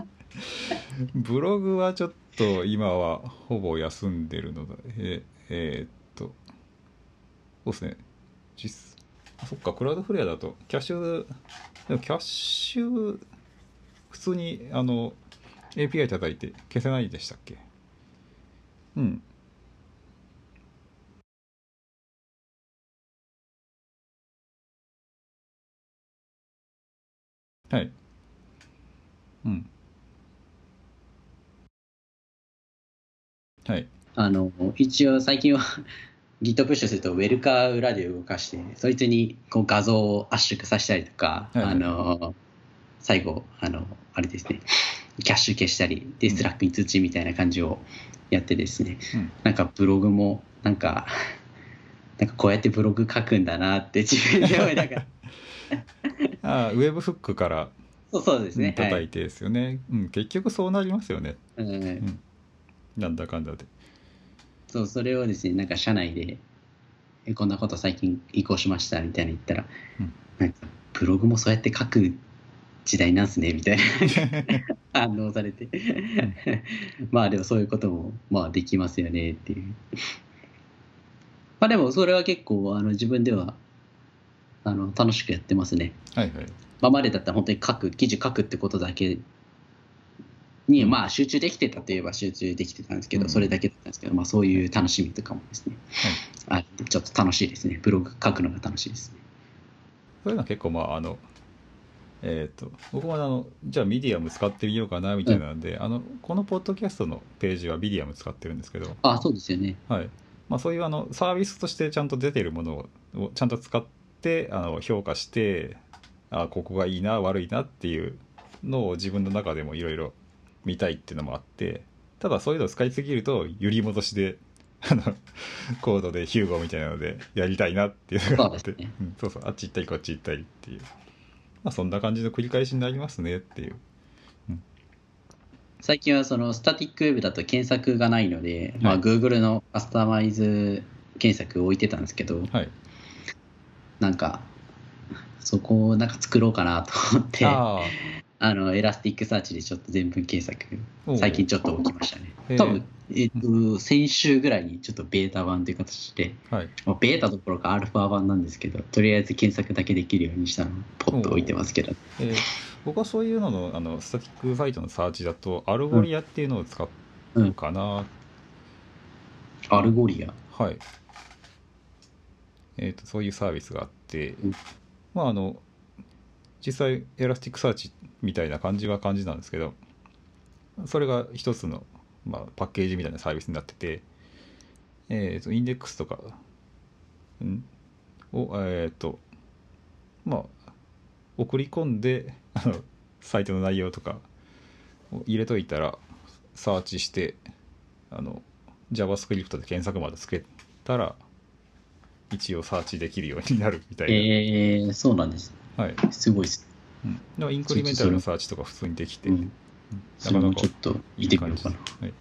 S1: ブログはちょっと今はほぼ休んでるのでええーっとそうですね実あそっかクラウドフレアだとキャッシュでもキャッシュ普通にあの API 叩いて消せないでしたっけうんはいうんはい
S2: あの一応最近は Git プッシュするとウェルカ裏で動かして、そいつにこう画像を圧縮させたりとか、
S1: はいはい
S2: あの最後あの、あれですね、キャッシュ消したり、で、
S1: うん
S2: スラックに通知みたいな感じをやってですね、
S1: うん
S2: なんかブログも、なんか、なんかこうやってブログ書くんだなって自分で思いながら、
S1: ああウェブフックから
S2: そうそうです
S1: うん
S2: ね、は
S1: 叩
S2: い
S1: いてですよね、うん、結局そうなりますよね
S2: うん
S1: なんだかんだで
S2: そう、それをですね、なんか社内で、えこんなこと最近移行しましたみたいに言ったら、
S1: うん
S2: なんかブログもそうやって書く時代なんすねみ たいな反応されてまあでもそういうこともまあできますよねっていうまあでもそれは結構あの自分ではあの楽しくやってますね
S1: はいはい
S2: 今までだったら本当に書く記事書くってことだけにまあ集中できてたといえば集中できてたんですけど、
S1: うん
S2: それだけだったんですけど、まあ、そういう楽しみとかもですね、あってちょっと楽しいですねブログ書くのが楽しいですね
S1: そういうのは結構まああのえっ、と僕はあのじゃあミディアム使ってみようかなみたいなんで、あのこのポッドキャストのページはミディアム使ってるんですけど、
S2: あそうですよね
S1: はいまあ、そういうあのサービスとしてちゃんと出てるものをちゃんと使ってあの評価してあここがいいな悪いなっていうのを自分の中でもいろいろ見たいっていうのもあってただそういうのを使いすぎると揺り戻しであのコードでヒューゴみたいなのでやりたいなっていうのがあって
S2: そうですね
S1: うん、そうそうあっち行ったりこっち行ったりっていう、まあ、そんな感じの繰り返しになりますねっていう
S2: 最近はそのスタティックウェブだと検索がないので、ま
S1: は
S2: あ、
S1: い
S2: Google のカスタマイズ検索を置いてたんですけど、
S1: はい
S2: なんかそこをなんか作ろうかなと思ってあ
S1: あ
S2: のエラスティックサーチでちょっと全文検索
S1: ーおう
S2: 最近ちょっと起きましたね
S1: へー
S2: 多分、えっと先週ぐらいにちょっとベータ版という形で
S1: はい
S2: まあベータどころかアルファ版なんですけどとりあえず検索だけできるようにしたのをポッと置いてますけど
S1: えー僕はそういうののあのスタティックサイトのサーチだとアルゴリアっていうのを使うかな、
S2: アルゴリア
S1: はい、えー、とそういうサービスがあって、
S2: うん
S1: まああの実際エラスティックサーチみたいな感じは感じなんですけどそれが一つの、まあ、パッケージみたいなサービスになってて、えー、とインデックスとかんをえっ、とまあ送り込んであのサイトの内容とかを入れといたらサーチしてあの JavaScript で検索までつけたら一応サーチできるようになるみたいな、
S2: えー、そうなんです
S1: はい、
S2: すごいです、
S1: うん、でもインクリメンタルのサーチとか普通にできて、
S2: う
S1: なか
S2: ん、それ
S1: な
S2: も
S1: か
S2: ちょっと
S1: い
S2: 見
S1: い
S2: てみよ
S1: 感
S2: う
S1: じ
S2: か
S1: で
S2: な
S1: すはい、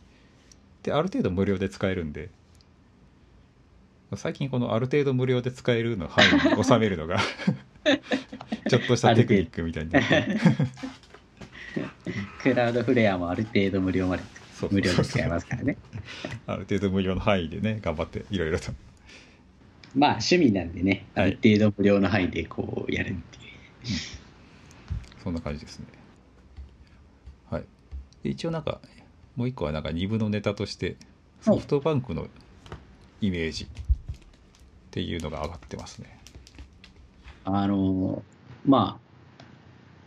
S1: である程度無料で使えるんで最近このある程度無料で使えるの範囲に収める のがちょっとしたテクニックみたいになって
S2: クラウドフレアもある程度無料まで
S1: そう
S2: 無料で使えますからね
S1: ある程度無料の範囲でね頑張っていろいろと
S2: まあ趣味なんでねあ
S1: はい
S2: る程度無料の範囲でこうやるっていう
S1: そんな感じですね。はい。で一応なんか、もう一個はなんか2部のネタとして、
S2: は
S1: ソ
S2: い
S1: フトバンクのイメージっていうのが上がってますね。
S2: あのま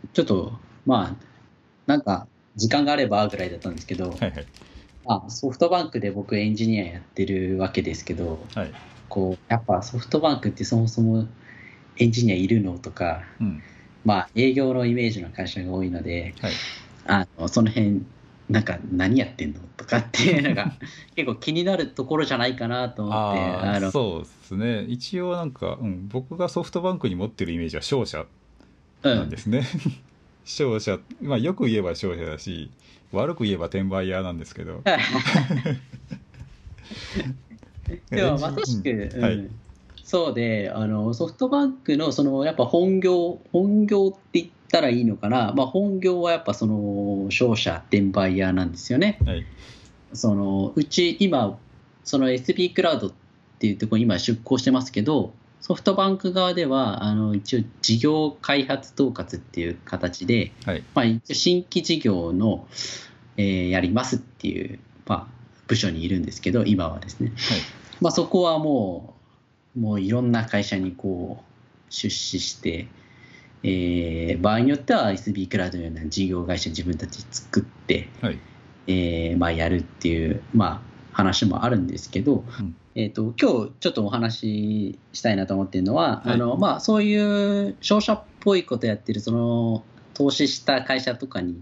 S2: あちょっとまあなんか時間があればぐらいだったんですけど、
S1: はいはい。
S2: まあ、ソフトバンクで僕エンジニアやってるわけですけど
S1: はい。
S2: こうやっぱソフトバンクってそもそもエンジニアいるのとか
S1: うん。
S2: まあ営業のイメージの会社が多いので
S1: はい。
S2: あのその辺なんか何やってんのとかっていうの が結構気になるところじゃないかなと思って
S1: あ
S2: あ
S1: あ、
S2: の
S1: そうですね。一応なんか、うん、僕がソフトバンクに持ってるイメージは商社
S2: う
S1: なん
S2: ん
S1: です ね。商社、まあよく言えば商社だし、悪く言えば転売屋なんですけど。
S2: でもまさしく、
S1: エンジンうんはい。
S2: うんそうであのソフトバンクのそのやっぱ本業本業って言ったらいいのかな、まあ、本業はやっぱその商社転売屋なんですよね
S1: はい。
S2: そのうち今その SB クラウドっていうところに今出向してますけどソフトバンク側ではあの一応事業開発統括っていう形で、
S1: はい
S2: まあ、一応新規事業の、えーやりますっていう、まあ、部署にいるんですけど今はですね、
S1: はい
S2: まあ、そこはもうもういろんな会社にこう出資して、えー場合によっては SB クラウドのような事業会社自分たち作って、
S1: はい。
S2: えーまあ、やるっていう、まあ、話もあるんですけ
S1: う
S2: ど、
S1: ん
S2: えー、と今日ちょっとお話ししたいなと思ってるのは、
S1: はい
S2: あのまあ、そういう商社っぽいことやってるその投資した会社とかに、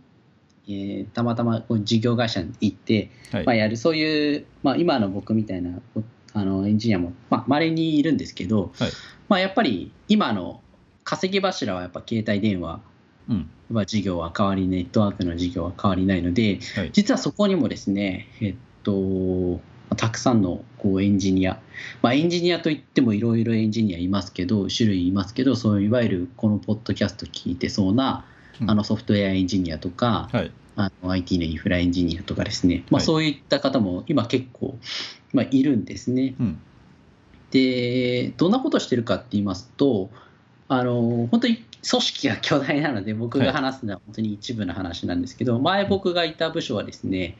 S2: えーたまたまこう事業会社に行って、
S1: はい
S2: まあ、やるそういう、まあ、今の僕みたいなこあのエンジニアもまあ、稀にいるんですけど、
S1: はい
S2: まあ、やっぱり今の稼ぎ柱はやっぱ携帯電話
S1: うん。
S2: は事業は変わりネットワークの事業は変わりないので、
S1: はい
S2: 実はそこにもですね、えっと、たくさんのこうエンジニア、まあ、エンジニアといってもいろいろエンジニアいますけど種類いますけどそういういわゆるこのポッドキャスト聞いてそうな
S1: うん
S2: あのソフトウェアエンジニアとか、
S1: はい
S2: あの IT のインフラエンジニアとかですね、ま
S1: は
S2: あ、
S1: い
S2: そういった方も今結構、まあ、いるんですね。
S1: うん
S2: でどんなことをしてるかって言いますとあの本当に組織が巨大なので僕
S1: はい
S2: が話すのは本当に一部の話なんですけど、前僕がいた部署はですね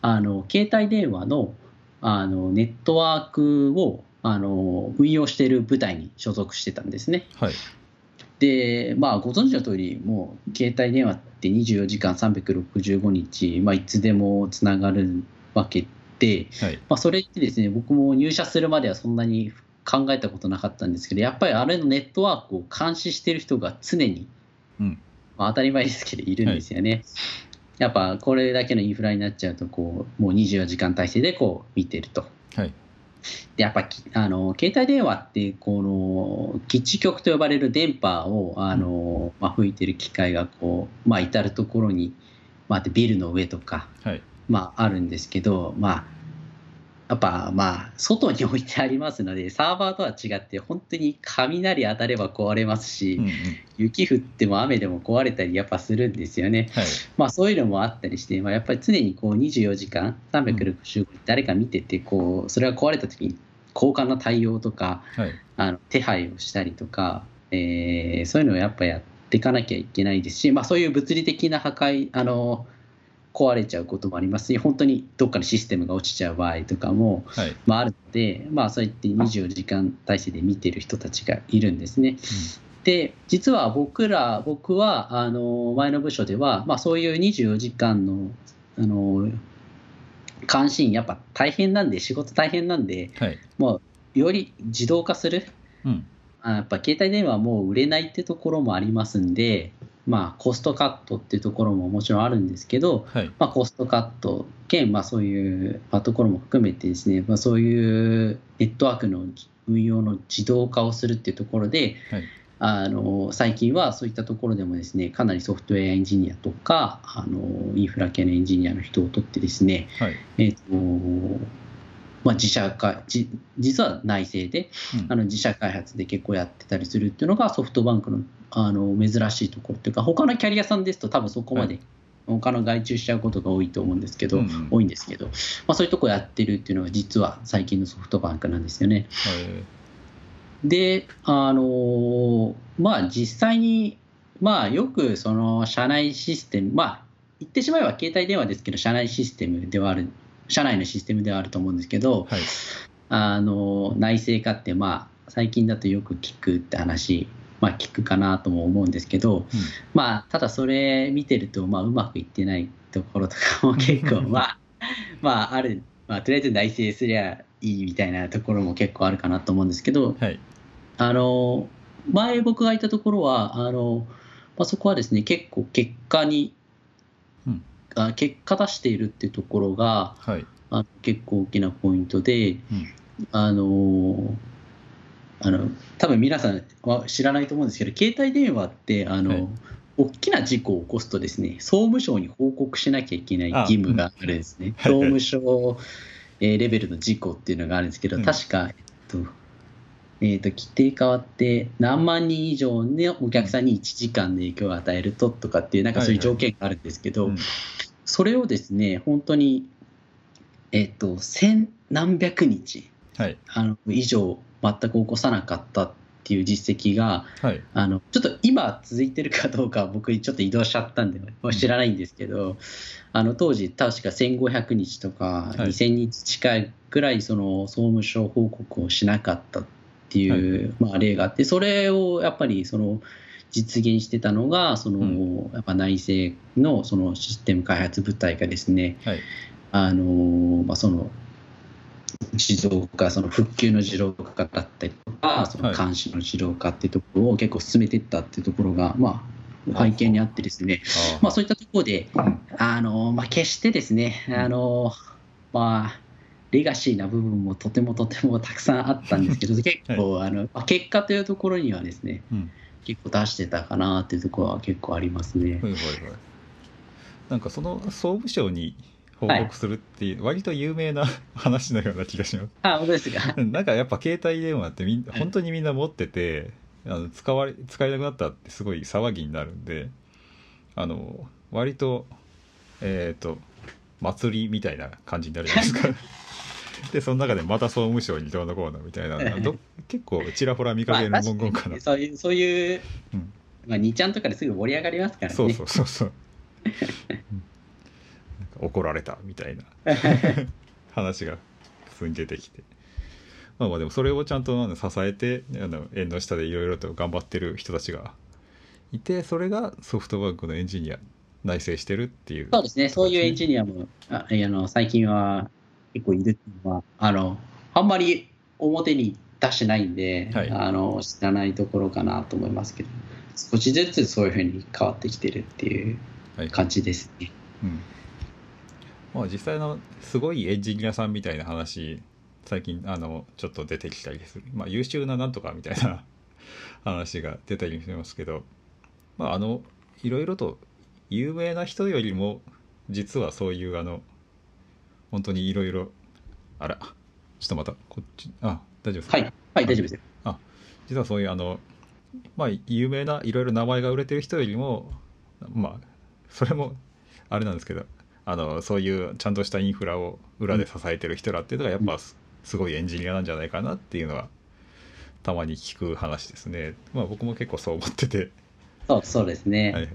S2: あの携帯電話のあのネットワークをあの運用している部隊に所属してたんですね。
S1: はい
S2: で、まあ、ご存知の通り、もう携帯電話って24時間365日、まあ、いつでもつながるわけで、
S1: はい
S2: まあ、それってですね、僕も入社するまではそんなに考えたことなかったんですけど、やっぱりあれのネットワークを監視してる人が常に、
S1: うん
S2: まあ、当たり前ですけど、いるんですよね。やっぱこれだけのインフラになっちゃうとこうもう24時間体制でこう見てると
S1: はい
S2: でやっぱきあの携帯電話ってこの基地局と呼ばれる電波をあの、まあ、吹いてる機械がこう、まあ、至る所に、まあ、でビルの上とか、
S1: はい
S2: まあ、あるんですけど、まあ、やっぱまあ外に置いてありますのでサーバーとは違って本当に雷当たれば壊れますし、
S1: うんうん
S2: 雪降っても雨でも壊れたりやっぱするんですよね。
S1: はい
S2: まあ、そういうのもあったりして、まあ、やっぱり常にこう24時間365日誰か見ててこうそれが壊れた時に交換の対応とか
S1: はい
S2: あの手配をしたりとか、えーそういうのをやっぱやっていかなきゃいけないですし、まあ、そういう物理的な破壊あの壊れちゃうこともありますし本当にどっかのシステムが落ちちゃう場合とかも、
S1: はい
S2: まあ、あるので、まあ、そうやって24時間体制で見てる人たちがいるんですね。で実は僕ら僕はあの前の部署では、まあ、そういう24時間のあの監視員やっぱ大変なんで仕事大変なんで
S1: はい
S2: もうより自動化する
S1: うん
S2: あやっぱ携帯電話はもう売れないってところもありますんで、まあ、コストカットっていうところももちろんあるんですけど、
S1: はい
S2: まあ、コストカット兼、まあ、そういう、まあ、ところも含めてですね、まあ、そういうネットワークの運用の自動化をするっていうところで、
S1: はい
S2: あの最近はそういったところでもですねかなりソフトウェアエンジニアとかあのインフラ系のエンジニアの人を取ってですね、
S1: はい
S2: えっとまあ、自社化じ実は内政で
S1: うん
S2: あの自社開発で結構やってたりするっていうのがソフトバンクのあの珍しいところっていうか他のキャリアさんですと多分そこまで他の外注しちゃうことが多いと思うんですけど、
S1: うんうん
S2: 多いんですけど、まあ、そういうとこやってるっていうのが実は最近のソフトバンクなんですよね。
S1: はい
S2: であのーまあ実際にまあよくその社内システムまあ言ってしまえば携帯電話ですけど社内システムではある社内のシステムではあると思うんですけど、
S1: はい
S2: あの内製化って、まあ、最近だとよく聞くって話、まあ、聞くかなとも思うんですけど、
S1: うん
S2: まあ、ただそれ見てると、まあ、うまくいってないところとか も結構、まあ、まあ、ある、まあ、とりあえず内製すりゃいいみたいなところも結構あるかなと思うんですけど、
S1: はい
S2: あの前僕がいたところはあの、まあ、そこはですね結構結果に、
S1: うん
S2: あ結果出しているっていうところが、
S1: はい
S2: あの結構大きなポイントで、
S1: ん
S2: あのーあの多分皆さんは知らないと思うんですけど携帯電話ってあの、
S1: はい
S2: 大きな事故を起こすとですね総務省に報告しなきゃいけない義務があるんですね
S1: あうん
S2: 総務省えーレベルの事故っていうのがあるんですけど、
S1: うん
S2: 確か、えっとえー、と規定変わって何万人以上のお客さんに1時間の影響を与えるととかっていうなんかそういう条件があるんですけど、
S1: うん
S2: それをですね本当にえっと千何百日
S1: はい
S2: あの以上全く起こさなかったっていう実績が
S1: はい
S2: あのちょっと今続いてるかどうか僕ちょっと移動しちゃったんでもう知らないんですけど、あの当時確か1500日とか
S1: はい
S2: 2000日近いくらいその総務省報告をしなかったっていう、まあ、例があってそれをやっぱりその実現してたのがその、
S1: うん
S2: やっぱ内政のそのシステム開発部隊がですね、
S1: はい
S2: あのーまあ、その自動化その復旧の自動化だったりとかその
S1: はい
S2: 監視の自動化っていうところを結構進めていったっていうところが、まあ、背景にあってですね、
S1: あー
S2: まあ、そういったところで、あのーまあ、決してですね、あのーまあ、レガシーな部分もとてもとてもたくさんあったんですけど結構、あのまあ結果というところにはですね
S1: うん
S2: 結構出してたかなっていうところは結構ありますね。
S1: はいはいはい。なんかその総務省に報告するっていう、割と有名な 話のような気がします。
S2: あ本当ですか
S1: うんなんかやっぱ携帯電話ってみん
S2: はい
S1: 本当にみんな持ってて、あの使われ使えなくなったってすごい騒ぎになるんで、あの割とえっ、と祭りみたいな感じになるじゃないです かでその中でまた総務省にどうのこうのみたいなのがど結構ちらほら見かける
S2: まあ
S1: 文言かな、
S2: そういう、そういう
S1: うん
S2: まあ、2ちゃんとかですぐ盛り上がりますからね。
S1: そうそうそうそううんなんか怒られたみた いな話が普通に出てきてまあまあでもそれをちゃんとなんだ支えてあの縁の下でいろいろと頑張ってる人たちがいてそれがソフトバンクのエンジニア内製してるっていう
S2: そうですね、そういうエンジニアも、ああの最近は結構いるっていうのは、あのあんまり表に出してないんで、
S1: はい
S2: あの知らないところかなと思いますけど、少しずつそういうふうに変わってきてるっていう
S1: はい
S2: 感じですね。
S1: うんまあ、実際のすごいエンジニアさんみたいな話最近あのちょっと出てきたりする、まあ、優秀ななんとかみたいな 話が出たりしますけど、まあ、あのいろいろと有名な人よりも実はそういうあの本当にいろいろあらちょっとまたこっちあ大丈夫ですか、
S2: はい、はい、大丈夫ですよ。
S1: 実はそういうあのまあ有名ないろいろ名前が売れてる人よりもまあそれもあれなんですけどあのそういうちゃんとしたインフラを裏で支えてる人らっていうのがやっぱすすごいエンジニアなんじゃないかなっていうのはたまに聞く話ですね。まあ僕も結構そう思ってて、
S2: そうそうですね、
S1: はい、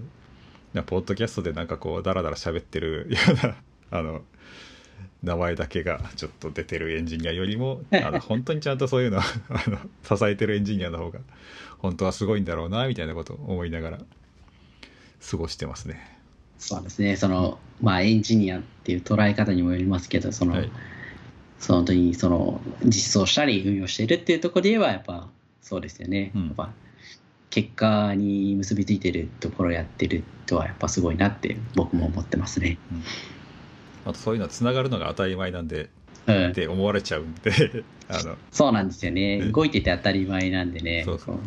S1: なポッドキャストでなんかこうダラダラ喋ってるような あの名前だけがちょっと出てるエンジニアよりもあの本当にちゃんとそういうの あの支えてるエンジニアの方が本当はすごいんだろうなみたいなことを思いながら過ごしてますね。
S2: そうですね、そのまあ、エンジニアっていう捉え方にもよりますけど、その、
S1: はい
S2: その本当にその実装したり運用してるっていうところで言えばやっぱそうですよね、
S1: うん
S2: やっぱ結果に結びついてるところをやってるとはやっぱすごいなって僕も思ってますね。
S1: あとそういうのはつながるのが当たり前なんで
S2: うん
S1: っ、て思われちゃうんで あの
S2: そうなんですよね
S1: うん
S2: 動いてて当たり前なんでね
S1: そうそう
S2: こ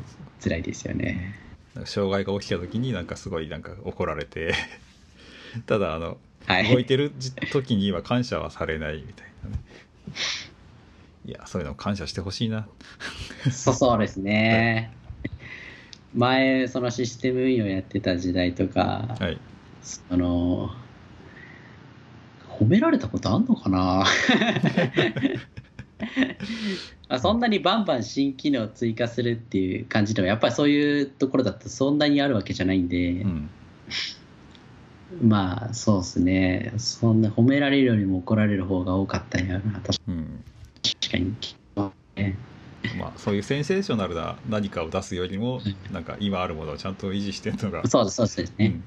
S2: 辛いですよね。
S1: なんか障害が起きた時になんかすごいなんか怒られて ただあの
S2: は
S1: 動い
S2: い、
S1: てるじ時には感謝はされないみたいなねいやそういうの感謝してほしいな
S2: そうそうですね。前そのシステム運用やってた時代とか、
S1: はい
S2: あの褒められたことあんのかな あそんなにバンバン新機能追加するっていう感じでもやっぱりそういうところだとそんなにあるわけじゃないんで、
S1: うん
S2: まあそうですねそんな褒められるよりも怒られる方が多かったんやな確
S1: うん
S2: かに
S1: まあそういうセンセーショナルな何かを出すよりもなんか今あるものをちゃんと維持してるのが、
S2: そうですそうです
S1: う
S2: ね、
S1: ん、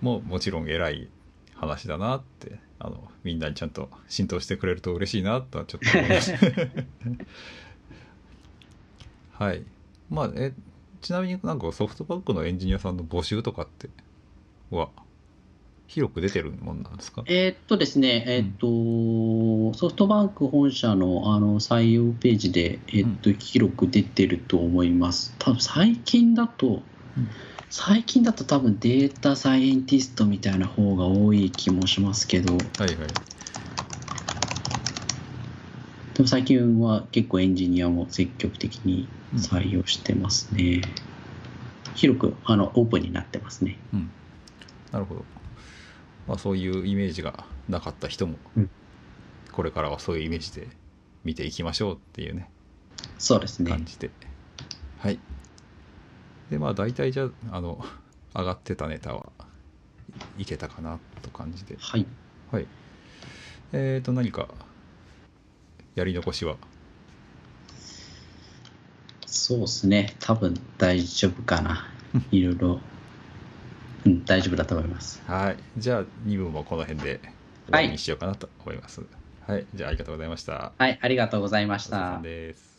S1: もうもちろん偉い話だなってあのみんなにちゃんと浸透してくれると嬉しいなとはちょっと思い ますはいまあえちなみになんかソフトバンクのエンジニアさんの募集とかっては広く出てるもんなんですか
S2: えーっとですね、えーっと、ソフトバンク本社のあの採用ページで、えーっと、広く出てると思います。多分最近だと、
S1: うん
S2: 最近だと多分データサイエンティストみたいな方が多い気もしますけど、
S1: はいはい
S2: でも最近は結構エンジニアも積極的に採用してますね。広く、あの、オープンになってますね。
S1: うん、なるほど、まあ、そういうイメージがなかった人も、
S2: うん
S1: これからはそういうイメージで見ていきましょうっていうね
S2: そうですね
S1: 感。じで、はいでまあ大体じゃああの 上がってたネタはいけたかなと感じで
S2: はい。
S1: はいえー、と何かやり残しは
S2: そうですね、多分大丈夫かな。いろいろ、うん、大丈夫だと思います。
S1: はいじゃあ2部もこの辺で終わりにしようかなと思います、はい、じゃあありがとうございました
S2: はい、ありがとうございま
S1: お疲れ
S2: した
S1: 様。です